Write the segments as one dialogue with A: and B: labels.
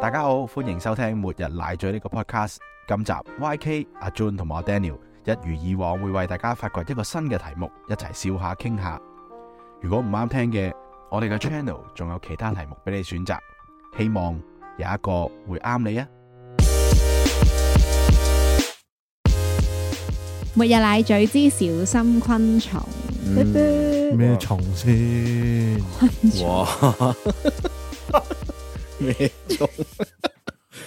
A: 大家好，歡迎收聽《末日奶嘴》呢個 podcast。今集 YK 阿 Jun 同埋我 Daniel 一如以往會為大家發掘一個新嘅題目，一齊笑下傾下。如果唔啱聽嘅，我哋嘅 channel 仲有其他題目俾你選擇，希望有一個會啱你啊！
B: 末日奶嘴之小心昆蟲，
C: 咩蟲先？
D: 哇！咩蟲？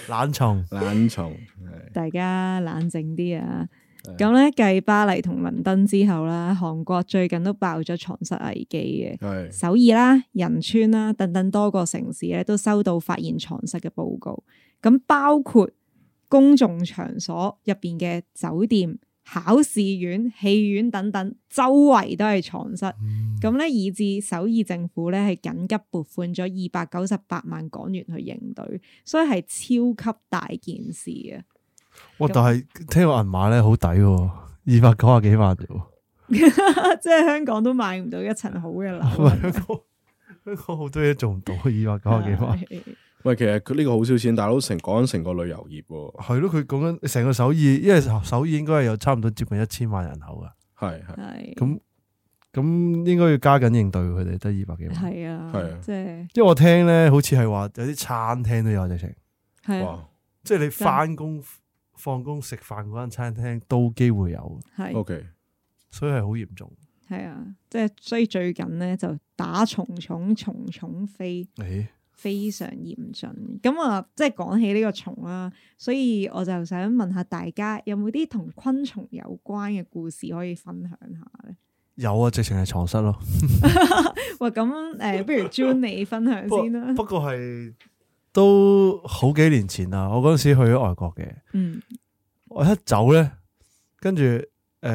C: 懶蟲
D: 懶蟲係
B: 大家冷靜啲啊！咁咧，繼巴黎同倫敦之後啦，韓國最近都爆咗床蝨危機嘅，
D: 係
B: 首爾啦、仁川啦等等多個城市咧都收到發現床蝨嘅報告，咁包括公眾場所入邊嘅酒店、考試院、戲院等等，周圍都係床蝨。咁咧，以致首爾政府咧係緊急撥款咗二百九十八萬港元去應對，所以係超級大件事啊！
C: 哇！但係聽個銀碼咧好抵喎，二百九啊幾萬啫喎。
B: 即係香港都買唔到一層好嘅 樓
C: 喂香港香港好多嘢做唔到，二百九啊幾萬。
B: 係
D: 喂，其實佢呢個好少錢，大佬成講緊成個旅遊業喎，
C: 係咯，佢講緊成個首爾，因為首爾應該係有差唔多接近一千萬人口噶，
D: 係係
B: 係
C: 咁咁應該要加緊應對佢哋，得二百幾萬。
B: 係
D: 係
B: 啊
D: 啊，
B: 即係
C: 因為我聽咧，好似係話有啲餐廳都有直情，
B: 係啊
D: 哇
C: 即係你翻工放工食飯嗰間餐廳都機會有，
B: 係
D: ，OK，
C: 所以係好嚴重。
B: 係啊，即係所以最近咧就打蟲蟲蟲蟲飛。
C: 誒，
B: 非常嚴峻。咁啊，即係講起呢個蟲啦，所以我就想問下大家有冇啲同昆蟲有關嘅故事可以分享下咧？
C: 有啊，直情係床蝨咯。
B: 喂，咁誒、呃不如 June 你分享
C: 不過
B: 先啦。
C: 不過係都好幾年前啦，我嗰陣時去咗外國嘅，
B: 嗯，
C: 我一走咧，跟住誒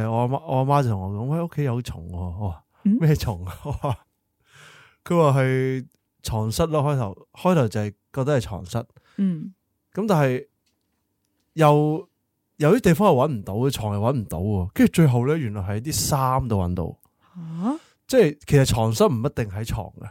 C: 我阿媽我阿媽就同我講：喂，屋企有蟲喎、我話
B: 嗯
C: 咩蟲啊？我 話佢話係床蝨咯，開頭開頭就係覺得係床蝨，
B: 嗯，
C: 咁但係又有啲地方係揾唔到，床係揾唔到喎，跟住最後咧，原來喺啲衫度揾到。
B: 嚇，
C: 即係其實床蝨唔一定喺床嘅，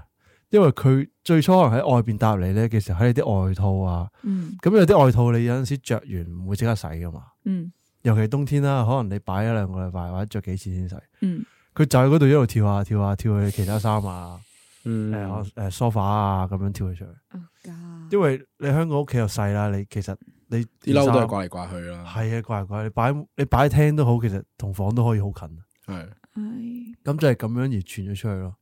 C: 因為佢最初可能喺外邊搭嚟咧嘅時候喺你啲外套啊，
B: 嗯
C: 咁有啲外套你有陣時着完唔會即刻洗噶嘛，
B: 嗯
C: 尤其係冬天啦，可能你擺一兩個禮拜或者着幾次先洗，
B: 嗯
C: 佢就喺嗰度一路跳下跳下跳去其他衫啊，
D: 嗯，
C: 誒誒 sofa 啊咁樣跳嚟上去，
B: ，Oh God，
C: 因為你香港屋企又細啦，你其實你
D: 啲褸都係掛嚟掛去啦，
C: 係啊，怪怪，你擺你擺喺廳都好，其實同房都可以好近。啊
D: 係
B: 係
C: 咁就係咁樣而傳咗出去咯。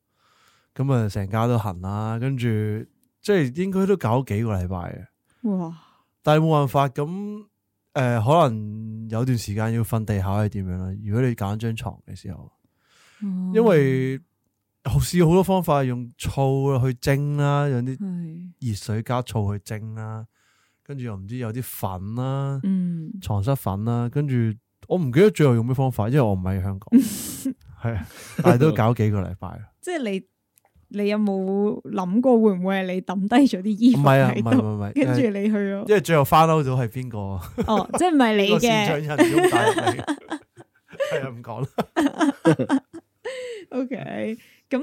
C: 咁啊，成家都痕啦，跟住即係應該都搞咗幾個禮拜嘅，
B: 哇，
C: 但係冇辦法咁誒、呃可能有段時間要瞓地下係點樣啦。如果你揀張床嘅時候，
B: 哦
C: 因為試好多方法，用醋去蒸啦，用啲
B: 係
C: 熱水加醋去蒸啦，跟住又唔知有啲粉啦，
B: 嗯
C: 床蝨粉啦，跟住我唔記得最後用咩方法，因為我唔喺香港，係啊，但係都搞幾個禮拜啦。
B: 即係你。你有冇諗過會唔會係你抌低咗啲衣
C: 唔
B: 服
C: 係啊，唔
B: 喺
C: 係唔
B: 度，
C: 係唔係，
B: 跟住
C: 誒
B: 你去咗？
C: 因為最後翻嬲到係邊個？啊
B: 哦，即係唔係你
C: 個善
B: 嘅
C: 長人咁大力，係啊，唔講啦。
B: O K，咁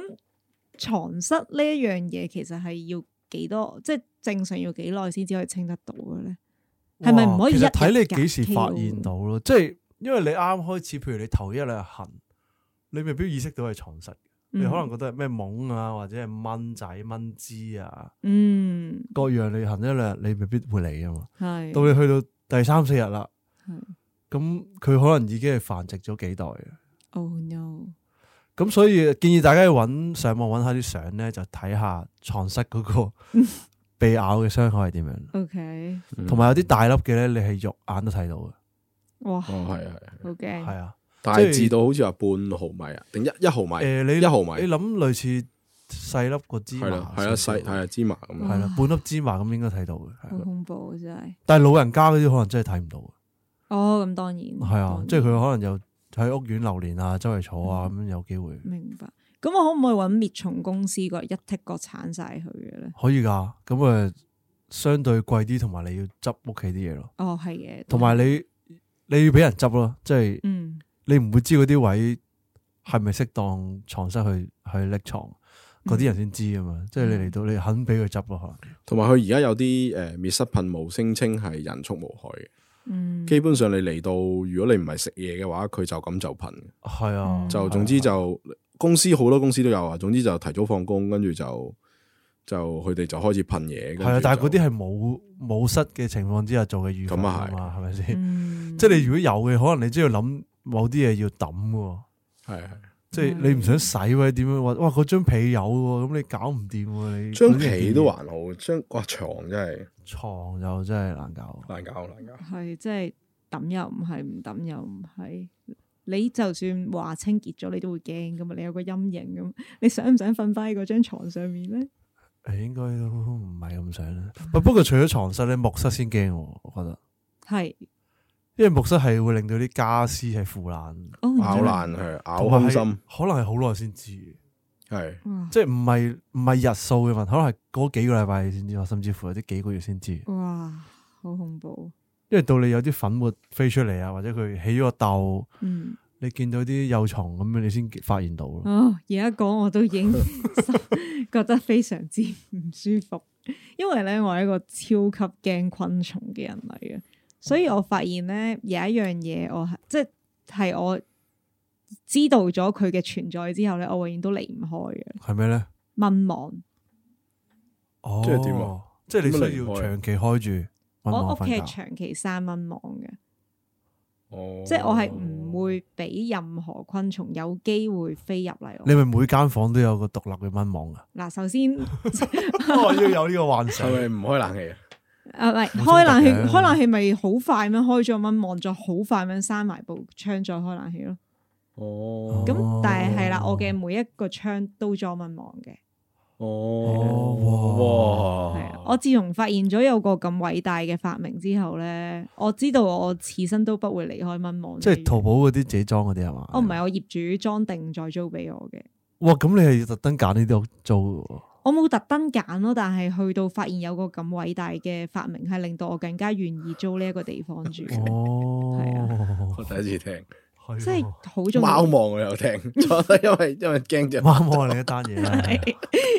B: 床蝨呢一樣嘢其實係要幾多，即係正常要幾耐先至可以清得到嘅咧？ 係咪唔可以一
C: 哇其
B: 日
C: 實睇你
B: 隔
C: 幾時發
B: kill？
C: 現到咯，即係因為你啱開始，譬如你頭一兩日痕，你未必意識到係床蝨，
B: 嗯
C: 你可能覺得係咩蠓啊，或者係蚊仔、蚊枝啊，
B: 嗯
C: 各樣你痕一兩日，你未必會理啊嘛。
B: 係
C: 到你去到第三四日啦
B: 係，
C: 咁佢可能已經係繁殖咗幾代啊嘅。
B: Oh no，
C: 咁所以建議大家去揾上網揾下啲相咧，就睇下床蝨嗰個被咬嘅傷口係點樣，
B: O K，
D: 嗯
C: 同埋有啲大粒嘅咧，你係肉眼都睇到嘅，
B: 哇，
D: 哦
B: 好
D: 係係，係
C: 係
B: 驚，
C: 啊。
D: 大致到好似話半毫米啊，定一一毫米，
C: 誒，你
D: 一毫
C: 你
D: 米，
C: 諗類似細粒個芝麻
D: 係啦係啦
C: 少少
D: 細係啊啦芝麻咁
B: 哇
D: 樣，
C: 係啦，半粒芝麻咁應該睇到嘅。係
B: 好
C: 啦
B: 恐怖啊真係。
C: 但係老人家嗰啲可能真係睇唔到嘅，
B: 哦，咁當然係
C: 係啊，即係佢可能又喺屋苑流連啊，周圍坐啊，咁有機會
B: 明白。咁我可唔可以揾滅蟲公司個一剔個鏟晒佢嘅咧？
C: 可以㗎。咁誒，啊相對貴啲，同埋你要執屋企啲嘢咯，
B: 哦，係嘅，
C: 同埋你你要俾人執咯，即係。
B: 嗯
C: 你唔會知嗰啲位係咪適當床蝨去去匿藏，
B: 嗯
C: 嗰啲人先知啊嘛，即係你嚟到你肯俾佢執咯，可能。
D: 同埋佢而家有啲誒滅失噴霧，聲稱係人畜無害嘅。
B: 嗯，
D: 基本上你嚟到，如果你唔係食嘢嘅話，佢就咁就噴嘅。
C: 系啊，
B: 嗯
D: 就總之就公司好多公司都有啊。總之就提早放工，跟住就就佢哋就開始噴嘢。
C: 系啊，但係嗰啲
D: 係
C: 係冇冇失嘅情況之下做嘅預防
D: 咁啊
C: 啊
D: 係
C: 嘛，係咪先？
B: 嗯
C: 即係你如果有嘅，可能你真係要諗某啲嘢要抌喎，
D: 係係
C: 即
B: 嗯
C: 係你唔想洗或者點樣話，哇嗰張被有喎，咁你搞唔掂喎你。
D: 張被都還好，張哇床真係
C: 床就真係難搞。
D: 難搞難搞。
B: 係即係抌又唔係，唔抌又唔係。你就算話清潔咗，你都會驚噶嘛，你有個陰影咁， 你想唔想瞓翻喺嗰張床上面咧？
C: 誒應該都唔係咁想啦。不不過除咗床蝨咧，木蝨先驚我，我覺得，
B: 係，
C: 因為木蝨係會令到啲家私係腐爛，
B: 哦，唔
D: 咬
B: 知
D: 爛係咬
C: 同埋
D: 空
C: 係
D: 心
C: 可能係好耐先知嘅，
D: 係
B: 哇
C: 即係唔係唔係日數嘅問題，可能係嗰幾個禮拜先知，甚至乎有啲幾個月先知。
B: 哇，好恐怖，
C: 因為到你有啲粉末飛出嚟啊，或者佢起咗個竇，
B: 嗯。
C: 你見到啲幼蟲咁樣，你先發現到咯。
B: 哦，而家講我都已經 覺得非常之唔舒服，因為咧我係一個超級驚昆蟲嘅人嚟嘅，所以我發現咧有一樣嘢我係即係我知道咗佢嘅存在之後咧，我永遠都離唔開嘅
C: 係咩咧？
B: 蚊網。
C: 哦，
D: 即係點啊？
C: 即係你
D: 咁咪
C: 需
D: 離唔
C: 要
D: 開
C: 長期開住搵
B: 我
C: 我
B: 屋
C: 瞓
B: 企
C: 覺
B: 係長期生蚊網嘅，
D: 哦
B: 即係我係唔會俾任何昆蟲有機會飛入嚟
C: 你
B: 我。
C: 咪每間房都有個獨立嘅蚊網 啊！
B: 嗱，首 先。
C: 我要有呢個 幻想。
D: 係咪唔開冷氣啊？
B: 啊，唔係
C: 冇衝
B: 開冷氣，
C: 突嘅
B: 開冷氣咪好快咁樣開咗蚊，望咗好快咁樣閂埋部窗再開冷氣咯。
D: 哦
B: 咁、
C: 哦
B: 但係係啦，我嘅每一個窗都裝蚊網嘅。
D: 哦
B: 係啊，我自從發現咗有個咁偉大嘅發明之後咧，我知道我此生都不會離開蚊網。哦
C: 即係淘寶嗰啲自己裝嗰啲係嘛？
B: 我唔係我業主裝定再租俾我嘅，
C: 哇！咁你係特登揀呢啲屋租嘅喎？
B: 我冇特登揀咯。但係去到發現有個咁偉大嘅發明，係令到我更加願意租呢一個地方住，
C: 哦
D: 我，第一次聽。
C: 係喎
B: 即係好重
D: 貓
B: 要。
D: 望我 又聽，我覺得因為因為驚啫，
C: 啱喎！你一單嘢啦，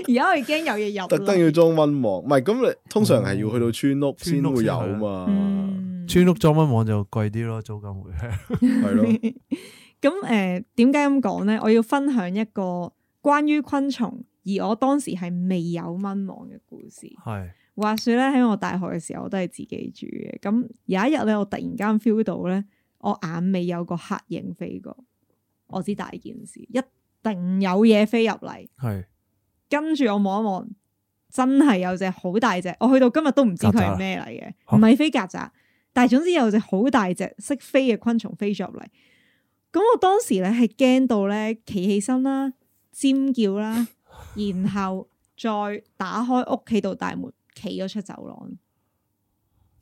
B: 而家我已經有嘢入
D: 特
B: 啦
D: 登要裝蚊網，唔係咁你通常係要去到村
C: 哦
D: 屋先會有嘛，
B: 嗯
C: 村屋裝蚊網就貴啲咯，租金會
D: 係咯，
B: 咁誒點解咁講咧？我要分享一個關於昆蟲，而我當時係未有蚊網嘅故事。
C: 係
B: 話說咧，喺我大學嘅時候，我都係自己住嘅。咁有一日咧，我突然間 feel 到咧，我眼尾有個黑影飛過，我知大件事，一定有嘢飛入嚟。
C: 係
B: 跟住我望一望，真係有隻好大隻，我去到今日都唔知佢
C: 啊
B: 係咩嚟嘅，
C: 嚇
B: 唔係飛曱甴，但係總之有隻好大隻識飛嘅昆蟲飛咗入嚟。咁我當時咧係驚到咧，企起身啦，尖叫 啦，然後再打開屋企度大門，企咗出走廊。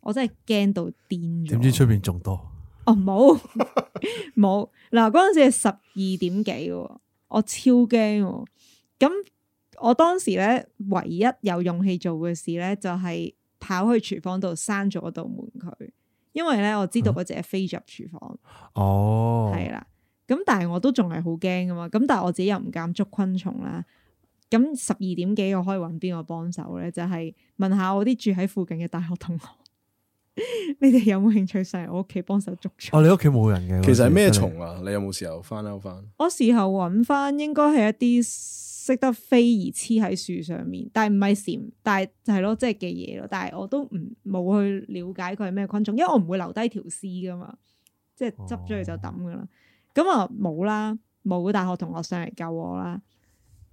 B: 我真係驚到癲
C: 點知
B: 咗！
C: 出邊仲多？
B: 哦，冇 冇嗱，嗰陣時係十二點幾喎，我超驚喎。咁我當時咧，唯一有勇氣做嘅事咧，就係、跑去廚房度閂咗道門佢，因為咧我知道嗰只飛入廚房，
C: 嗯哦，
B: 係啊啦、咁但係我都仲係好驚噶嘛。咁但係我自己又唔敢捉昆蟲啦。咁十二點幾我可以揾邊個幫手咧？就係、問下我啲住喺附近嘅大學同學， 你哋有冇興趣上嚟我屋企幫手捉蟲？
C: 哦，你屋企冇人嘅，
D: 其實係咩
C: 嗰時真係？
D: 蟲啊？你有冇時候翻勾翻？
B: 我事後揾翻，應該係一啲識得飛而黐喺樹上面，但係唔係蟬，但係就係咯，即係嘅嘢咯。但係我都唔冇去了解佢係咩昆蟲，因為我唔會留低條絲噶嘛，即係執咗佢就抌噶啦。咁啊冇啦，冇大學同學上嚟救我啦。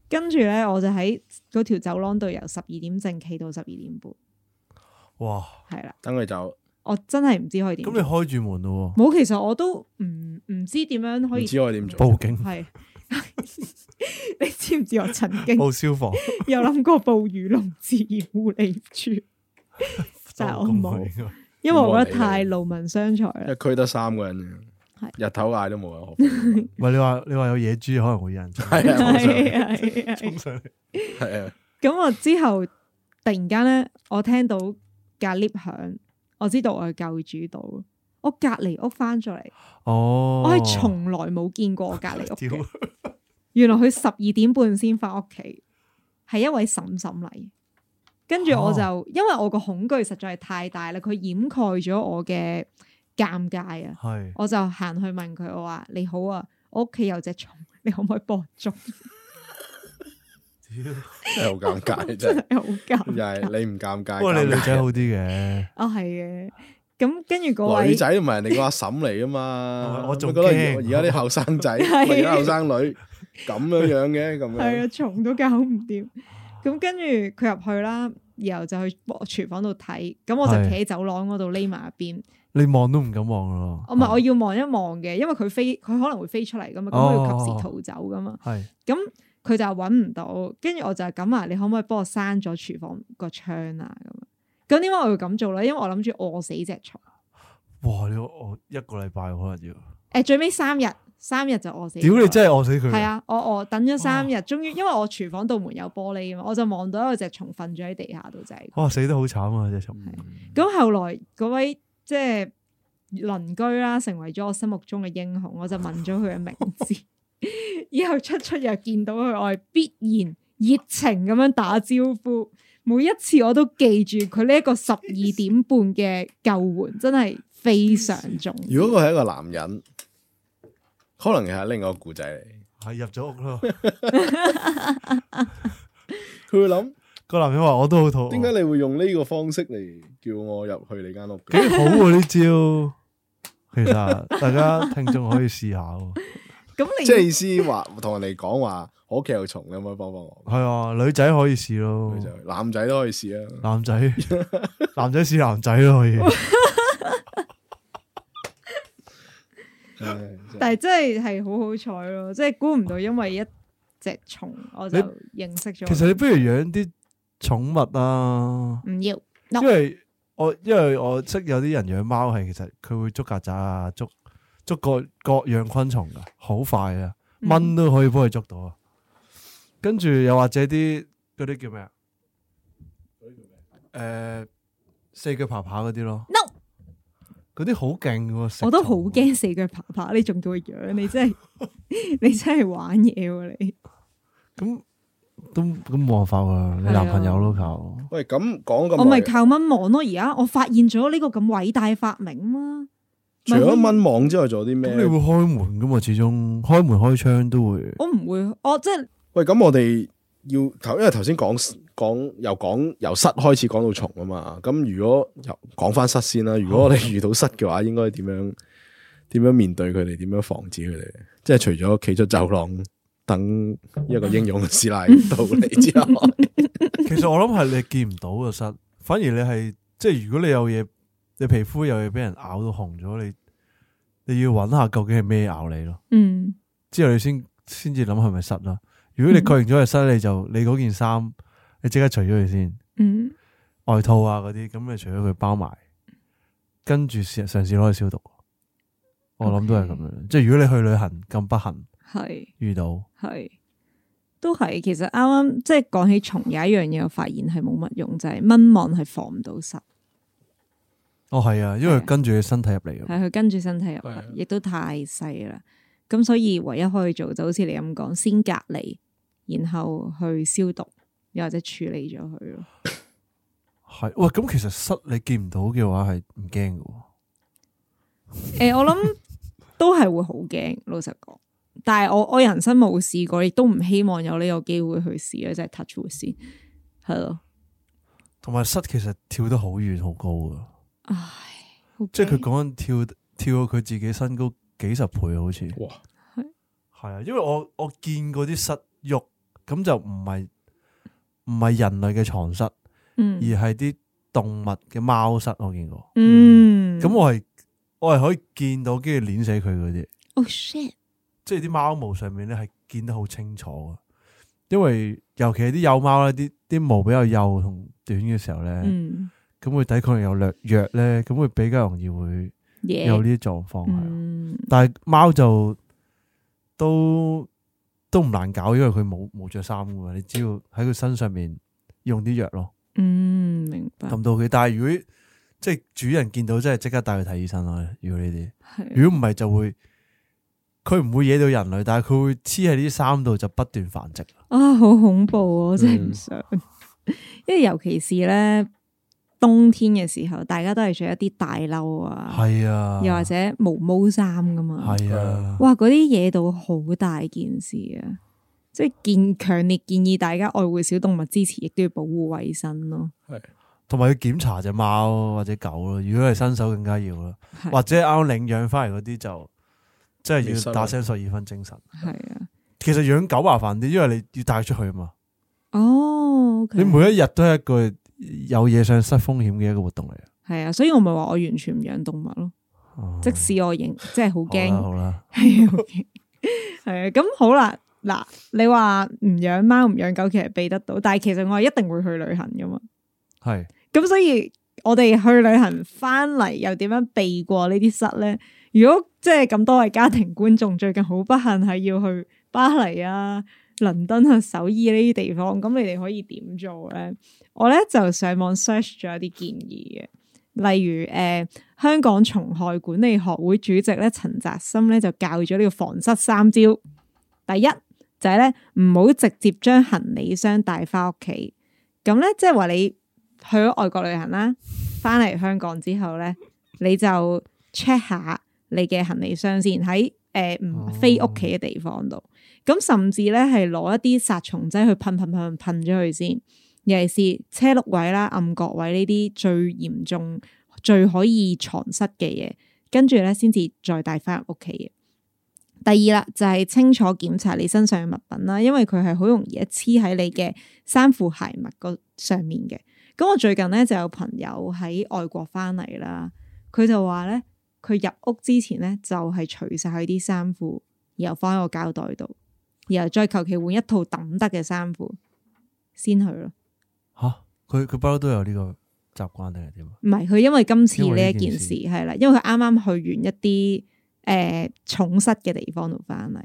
B: 跟住咧，我就喺嗰條走廊度由十二點正企到十二點半，
C: 哇！
B: 係啦，
D: 等佢走，
B: 我真係唔知可以點
C: 咁
B: 做。
C: 你開住門咯
B: 冇，其實我都唔唔知點樣可
D: 唔
B: 以
D: 知我點
C: 喎，
D: 做。
C: 報警
B: 係， 你知唔知我曾經
C: 報消 防，
B: 有諗過報雨龍自然護理處，但係我冇，
C: 冇。
B: 因為我覺得太勞民傷財啦。
D: 一區得三個人嘅
B: 係
D: 日頭嗌都冇人學。
C: 唔係你話你話有野豬可能會有人衝
D: 係啊冇錯，
B: 係啊係啊係
C: 衝
B: 啊
C: 上嚟，
D: 係啊，
B: 咁我之後突然間咧，我聽到架 lift 響，我知道我係救主到。我隔離屋翻咗嚟，
C: 哦，
B: 我係從來冇見過我隔離屋
C: 屌
B: 嘅。原來佢十二點半先翻屋企，係一位嬸嬸嚟。跟住我就、因為我個恐懼實在係太大啦，佢掩蓋咗我嘅尷尬啊！
C: 係
B: 我就行去問佢，我話你好啊，我屋企有隻蟲， 你可唔可以播種？
D: 真係好
C: 屌，
D: 尷尬，真
B: 真
D: 係
B: 係好尷
D: 又
B: 尬
D: 係你唔尷尬，
C: 不過你女
D: 尷
C: 仔
D: 尬
C: 好啲嘅，
B: 啊，係嘅。咁跟住嗰
D: 女
B: 位
D: 仔唔係人哋個阿嬸嚟噶嘛，
C: 我我仲
D: 咪覺得而
C: 驚
D: 而家啲後生仔，
B: 係
D: 咪而家後生女咁樣樣嘅咁
B: 係
D: 樣
B: 啊，，蟲都搞唔掂。咁跟住佢入去啦，然後就去廚房度睇。咁我就
C: 係
B: 企喺走廊嗰度匿埋一邊。
C: 你望都唔敢望咯。
B: 哦我唔係我要望一望嘅，因為佢飛，佢可能會飛出嚟噶嘛，咁佢要及
C: 哦
B: 時逃走噶嘛。
C: 係
B: 咁佢就揾唔到，跟住我就係咁啊，你可唔可以幫我閂咗廚房個窗啊？咁樣咁點解我要咁做咧？因為我諗住餓死只蟲。
C: 哇！你我一個禮拜可能要，
B: 誒、最尾三日，三日就餓死咗。
C: 屌你真係哦餓死佢。
B: 係，啊！我我等咗三日，終於因為我廚房度門有玻璃啊嘛，我就望到有隻蟲瞓咗喺地下度就係。
C: 哇！死得好慘啊！隻蟲。
D: 嗯
B: 咁後來嗰位即係鄰居啦，成為咗我心目中嘅英雄，我就問咗佢嘅名字， 以後出出入見到佢，我係必然熱情咁樣打招呼。每一次我都記住佢呢一個十二點半嘅救援，真係非常重要。
D: 如果佢係一個男人，可能係另外一個故仔嚟，
C: 係啊入咗屋咯。
D: 佢 會諗
C: 個男人話：我都好肚餓。
D: 點解你會用呢個方式嚟叫我入去你間屋嘅？
C: 幾好喎呢招，其實啊 大家聽眾可以試下喎。
B: 咁你
D: 即係意思話同人哋講話，我屋企有蟲，你可唔可以幫幫我？
C: 係啊，女仔可以試咯
D: 佢，就男仔都可以試啊。
C: 男仔男仔試男仔咯，可以。
D: 唉真係
B: 但係真係係好好彩咯，即係估唔到因為一隻蟲我就認識咗。
C: 其實你不如養啲寵物啊，
B: 唔要，
C: 因為我因為我識有啲人養貓係其實佢會捉曱甴啊，捉捉各各樣昆蟲噶，好快啊，
B: 嗯
C: 蚊都可以幫佢捉到啊。跟住又或者啲嗰啲叫咩啊？誒，四腳爬爬嗰啲咯。
B: No
C: 嗰啲好勁喎，食
B: 我
D: 啊
B: 都好
C: 蟲
B: 驚四腳爬爬，你仲叫佢養，你真係 你真係玩嘢喎你。
C: 咁都咁冇辦法啊！你
B: 係啊
C: 男朋友都靠，
D: 喂，咁講咁
B: 我咪
D: 耐，
B: 靠蚊網咯，而家我發現咗呢個咁偉大嘅發明嘛。
D: 除
B: 咪可以
D: 咗蚊網之外，仲有啲
C: 咁你會
D: 咩？
C: 開門噶嘛？始終開門開窗都會，
B: 我唔會，我即係
D: 喂，咁我哋要頭，因為頭先講講由講由室開始講到蟲啊嘛。咁如果由講翻室先啦，如果我哋遇到室嘅話，應該點樣點樣面對佢哋？點樣防止佢哋？即係除咗企出走廊等一個英勇嘅師奶到嚟之 外，
C: 其實我諗係你見唔到嘅室，反而你係即係如果你有嘢，你皮膚有嘢俾人咬到紅咗，你你要揾下究竟係咩咬你咯，
B: 嗯
C: 之後你先先至諗係咪室啦。如果你確認咗係室，你就你嗰件衫你即刻除咗佢先，
B: 嗯
C: 外套啊嗰啲，咁你除咗佢包埋，跟住試嘗試攞去消毒。我諗都係咁樣，即係如果你去旅行咁不幸。
B: 係
C: 遇到，哦
B: 係都係。其實啱啱即係講起蟲有一樣嘢，我發現係冇乜用，就係、蚊網係防唔到虱，
C: 哦係啊，因為
B: 係啊
C: 跟住你身體入嚟㗎，
B: 係佢跟住身體入
D: 係啊
B: 嚟，亦都太細啦。咁所以唯一可以做就好似你咁講，先隔離，然後去消毒，又或者處理咗佢咯。
C: 係喂咁其實室你見唔到嘅話係唔驚嘅喎，
B: 诶、我諗 都係會好驚，老實講。但係我我人生冇試過，亦都唔希望有呢個機會去試啊！即係 touch wood 先，係咯，
C: 同埋室其實跳得好遠好高㗎，
B: 唉，好
C: 即係佢
B: 驚
C: 講緊跳跳到佢自己身高幾十倍啊好似
D: 哇！
C: 係啊，因為我我見過啲室喐，咁就唔係唔係人類嘅床室，而
B: 嗯
C: 係啲動物嘅貓室，我見過，
B: 嗯，
C: 咁我係我係可以見到跟住碾死佢嗰啲。
B: oh shit，
C: 即係啲貓毛上面咧係見得好清楚嘅，因為尤其係啲幼貓咧，啲啲毛比較幼同短嘅時候咧，
B: 嗯，
C: 咁佢、抵抗力又略弱咧，咁會比較容易會
B: 嘢，
C: 有呢啲狀況係啊。
B: 嗯
C: 但係貓就都都唔難搞，因為佢冇冇着衫噶嘛，你只要喺佢身上面用啲藥咯，
B: 嗯，明白，
C: 撳到佢。但係如果即
B: 嗯
C: 係主人見到，真係即刻帶佢睇醫生咯。如果呢啲，
B: 係
C: 如果唔係就會佢唔會惹到人類，但係佢會黐喺呢啲衫度就不斷繁殖。
B: 啊，好恐怖啊！我真
C: 嗯
B: 係唔想， 因為尤其是咧冬天嘅時候，大家都係着一啲大褸啊，
C: 係啊，
B: 又或者毛毛衫噶嘛，
C: 係啊，
B: 哇！嗰啲惹到好大件事啊！即係建強烈建議大家愛護小動物之前，亦都要保護衞生咯。
C: 同埋要檢查只貓或者狗咯。如果係新手更加要啦，
B: 係
C: 或者啱領養翻嚟嗰啲就真
D: 未
C: 係
D: 收
C: 要
D: 啊
C: 打聲十二分精神。
B: 係啊，
C: 其實養狗麻煩啲，因為你要帶出去嘛。
B: 哦，OK，
C: 你每一日都係一個有嘢上失風險嘅一個活動嚟。
B: 係啊，所以我咪話我完全唔養動物咯，
C: 哦
B: 即使我認即係好驚。
C: 好啦好啦，
B: 系啊，咁好啦，嗱，你話唔養貓唔養狗，其實避得到，但係其實我係一定會去旅行噶嘛。
C: 係
B: 咁所以我哋去旅行翻嚟又點樣避過呢啲室咧？如果即係咁多位家庭觀眾最近好不幸係要去巴黎啊、倫敦啊、首爾呢啲地方，咁你哋可以點做咧？我咧就上網 search 咗一啲建議嘅。例如誒、呃香港蟲害管理學會主席咧陳澤森咧就教咗呢個防蝨三招。第一就係咧唔好直接將行李箱帶翻屋企，咁咧即係話你去咗外國旅行啦，翻嚟香港之後咧，你就 check 下你嘅行李箱先喺誒唔
C: 哦
B: 非屋企嘅地方度，咁甚至咧係攞一啲殺蟲劑去噴噴噴噴咗佢先，尤其是車轆位啦、暗角位呢啲最嚴重、最可以藏失嘅嘢，跟住咧先至再帶翻入屋企嘅。第二啦，就係、清楚檢查你身上嘅物品啦，因為佢係好容易一黐喺你嘅衫褲鞋襪個上面嘅。咁我最近咧就有朋友喺外國翻嚟啦，佢就話咧，佢入屋之前咧就係除晒佢啲衫褲，然後放喺個膠袋度，然後再求其換一套抌得嘅衫褲先去咯。
C: 吓，佢佢不嬲都有呢個習慣定係點啊？
B: 唔係佢因為今次呢一
C: 因為呢
B: 件
C: 件事
B: 事係啦，因為佢啱啱去完一啲誒、呃重失嘅地方度翻嚟。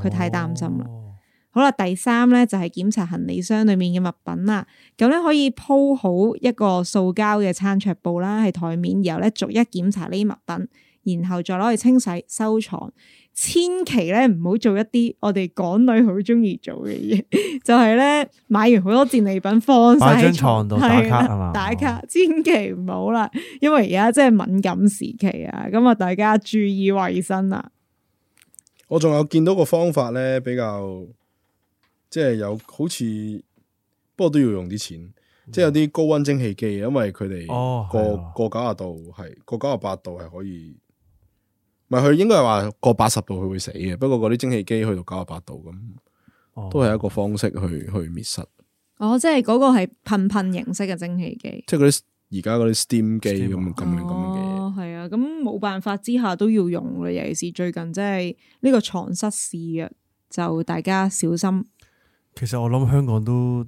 B: 佢太擔心啦
C: 哦。
B: 好啦，第三咧就係、檢查行李箱裡面嘅物品啦。咁咧可以鋪好一個塑膠嘅餐桌布啦，喺台面，然後咧逐一檢查呢啲物品，然後再攞去清洗收藏。千祈咧唔好做一啲我哋港女好中意做嘅嘢， 就係咧買完好多戰利品放晒
C: 擺張
B: 喺
C: 床度打
B: 係
C: 卡
B: 啦
C: 係嘛哦
B: 打卡千祈唔好啦，因為而家真係敏感時期啊，咁啊大家注意衞生啦。
D: 我仲有見到個方法咧，比較即係有好似，不過都要用啲錢，即係有啲高温蒸汽機，因為佢哋
C: 哦係
D: 過過
C: 喎
D: 九廿度係過九廿八度係可以，唔係佢應該係話過八十度佢會死嘅，不過嗰啲蒸汽機去到九廿八度咁，
C: 哦
D: 都係一個方式去去滅失，
B: 哦，即係嗰個係噴噴形式嘅蒸汽機。
D: 即係嗰啲而家嗰啲 steam 機
C: Steam
D: 咁
C: 啊
D: 咁樣咁樣嘅嘢。
B: 哦，係啊，咁冇辦法之下都要用嘅，尤其是最近即係呢個床蝨肆虐，就大家小心。
C: 其實我諗香港都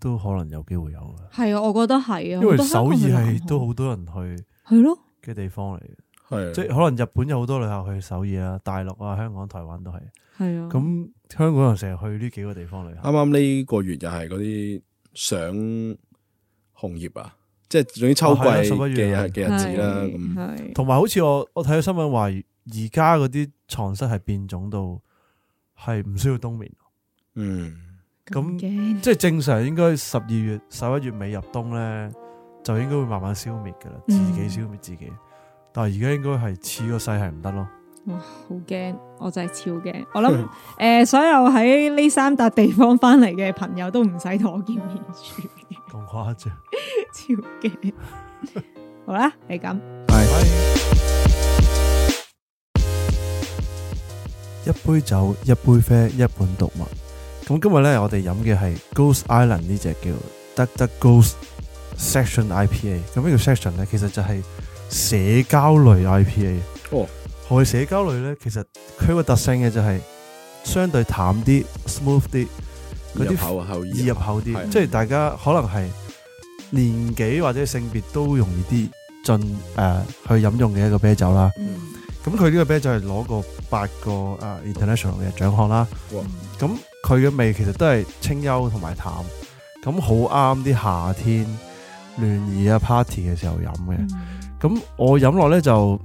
C: 都可能有機會有啦，
B: 係啊，我覺得係啊，
C: 因為
B: 好多香
C: 首
B: 港
C: 爾
B: 去南
C: 係
B: 韓
C: 都好多人去
B: 係咯，
C: 嘅地方嚟嘅，
B: 嗯
D: 係，啊
C: 即係可能日本有好多旅客去首爾啦、大陸啊、香港、台灣都係。
B: 係啊，
C: 咁香港人成日去呢幾個地方旅行，
D: 啱啱呢個月又係嗰啲賞紅葉啊，即係總之秋季
C: 哦係啊11
D: 嘅
C: 月啊
D: 日嘅日子啦。
B: 係
D: 咁
B: 係
C: 同埋好似我我睇咗新聞話，而家嗰啲床蝨係變種到係唔需要冬眠，
D: 嗯，
C: 咁
B: 驚
C: 即係正常應該十二月、十一月尾入冬咧，就應該會慢慢消滅噶啦，自
B: 嗯
C: 己消滅自己。但係而家應該係似個勢係唔得咯。
B: 哇，好驚！我真係超驚。我 諗誒、呃所有喺呢三笪地方翻嚟嘅朋友都唔使同我見面住，
C: 咁誇張。
B: 超驚。好啦，係咁。
C: 一杯酒，一杯啡，一本讀物。咁今日呢，我哋飲嘅係 Ghost Island 呢只叫 Duck Duck Ghost Section IPA。咁呢個 section 呢，其實就係社交類 IPA。
D: 哦，
C: 何謂社交類呢？其實佢個特性嘅就係相對淡啲、smooth 啲，嗰
D: 嗰
C: 啲
D: 啲口啊，後
C: 易入口啲，
D: 係
C: 即係大家可能係年紀或者性別都容易啲進誒、呃去飲用嘅一個啤酒啦。
B: 嗯
C: 咁佢呢個啤酒係攞過八個誒、呃 international 嘅獎項啦。
D: 哇
C: 咁佢嘅味其實都係清幽同埋淡，咁好啱啲夏天嗯聯誼啊 party 嘅時候飲嘅。
B: 嗯
C: 咁我飲落咧就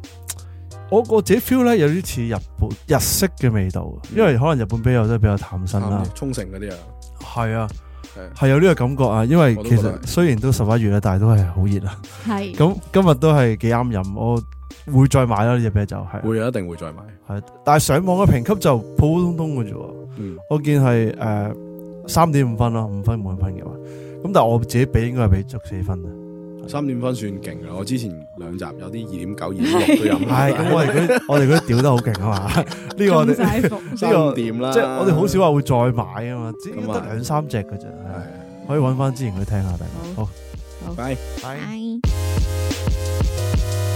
C: 我我自己 feel 咧有啲似日本日式嘅味道，因為可能日本啤酒都係比較淡身啦
D: 啱。嘅沖繩嗰啲啊，
C: 係啊，
D: 係
C: 係有呢個感覺啊，因為
D: 我都
C: 其
D: 覺得
C: 實雖然都十一月啦，但係都係好熱啊。
B: 係
C: 咁今日都係幾啱飲，我會再買啦呢只啤酒係
D: 會啊，一定會再買。
C: 係，但係上網嘅評級就普普通通嘅啫喎。
D: 嗯，
C: 我見係誒三點五分咯，五分滿分嘅話，咁但係我自己俾應該係俾足四 分嘅。
D: 三點分算勁啦。我之前兩集有啲二點九、二點六都飲。
C: 係咁，我哋嗰啲我哋嗰啲屌得好勁啊嘛，呢個我
B: 中
C: 哋
B: 晒伏，
C: 呢個
D: 三點啦，
C: 即係我哋好少話會再買啊嘛，只
D: 咁
C: 得
D: 啊
C: 兩三隻嘅啫，係
D: 係。
C: 可以揾翻之前去聽下大家。好，
B: 好
D: 拜。
C: 拜
B: 拜。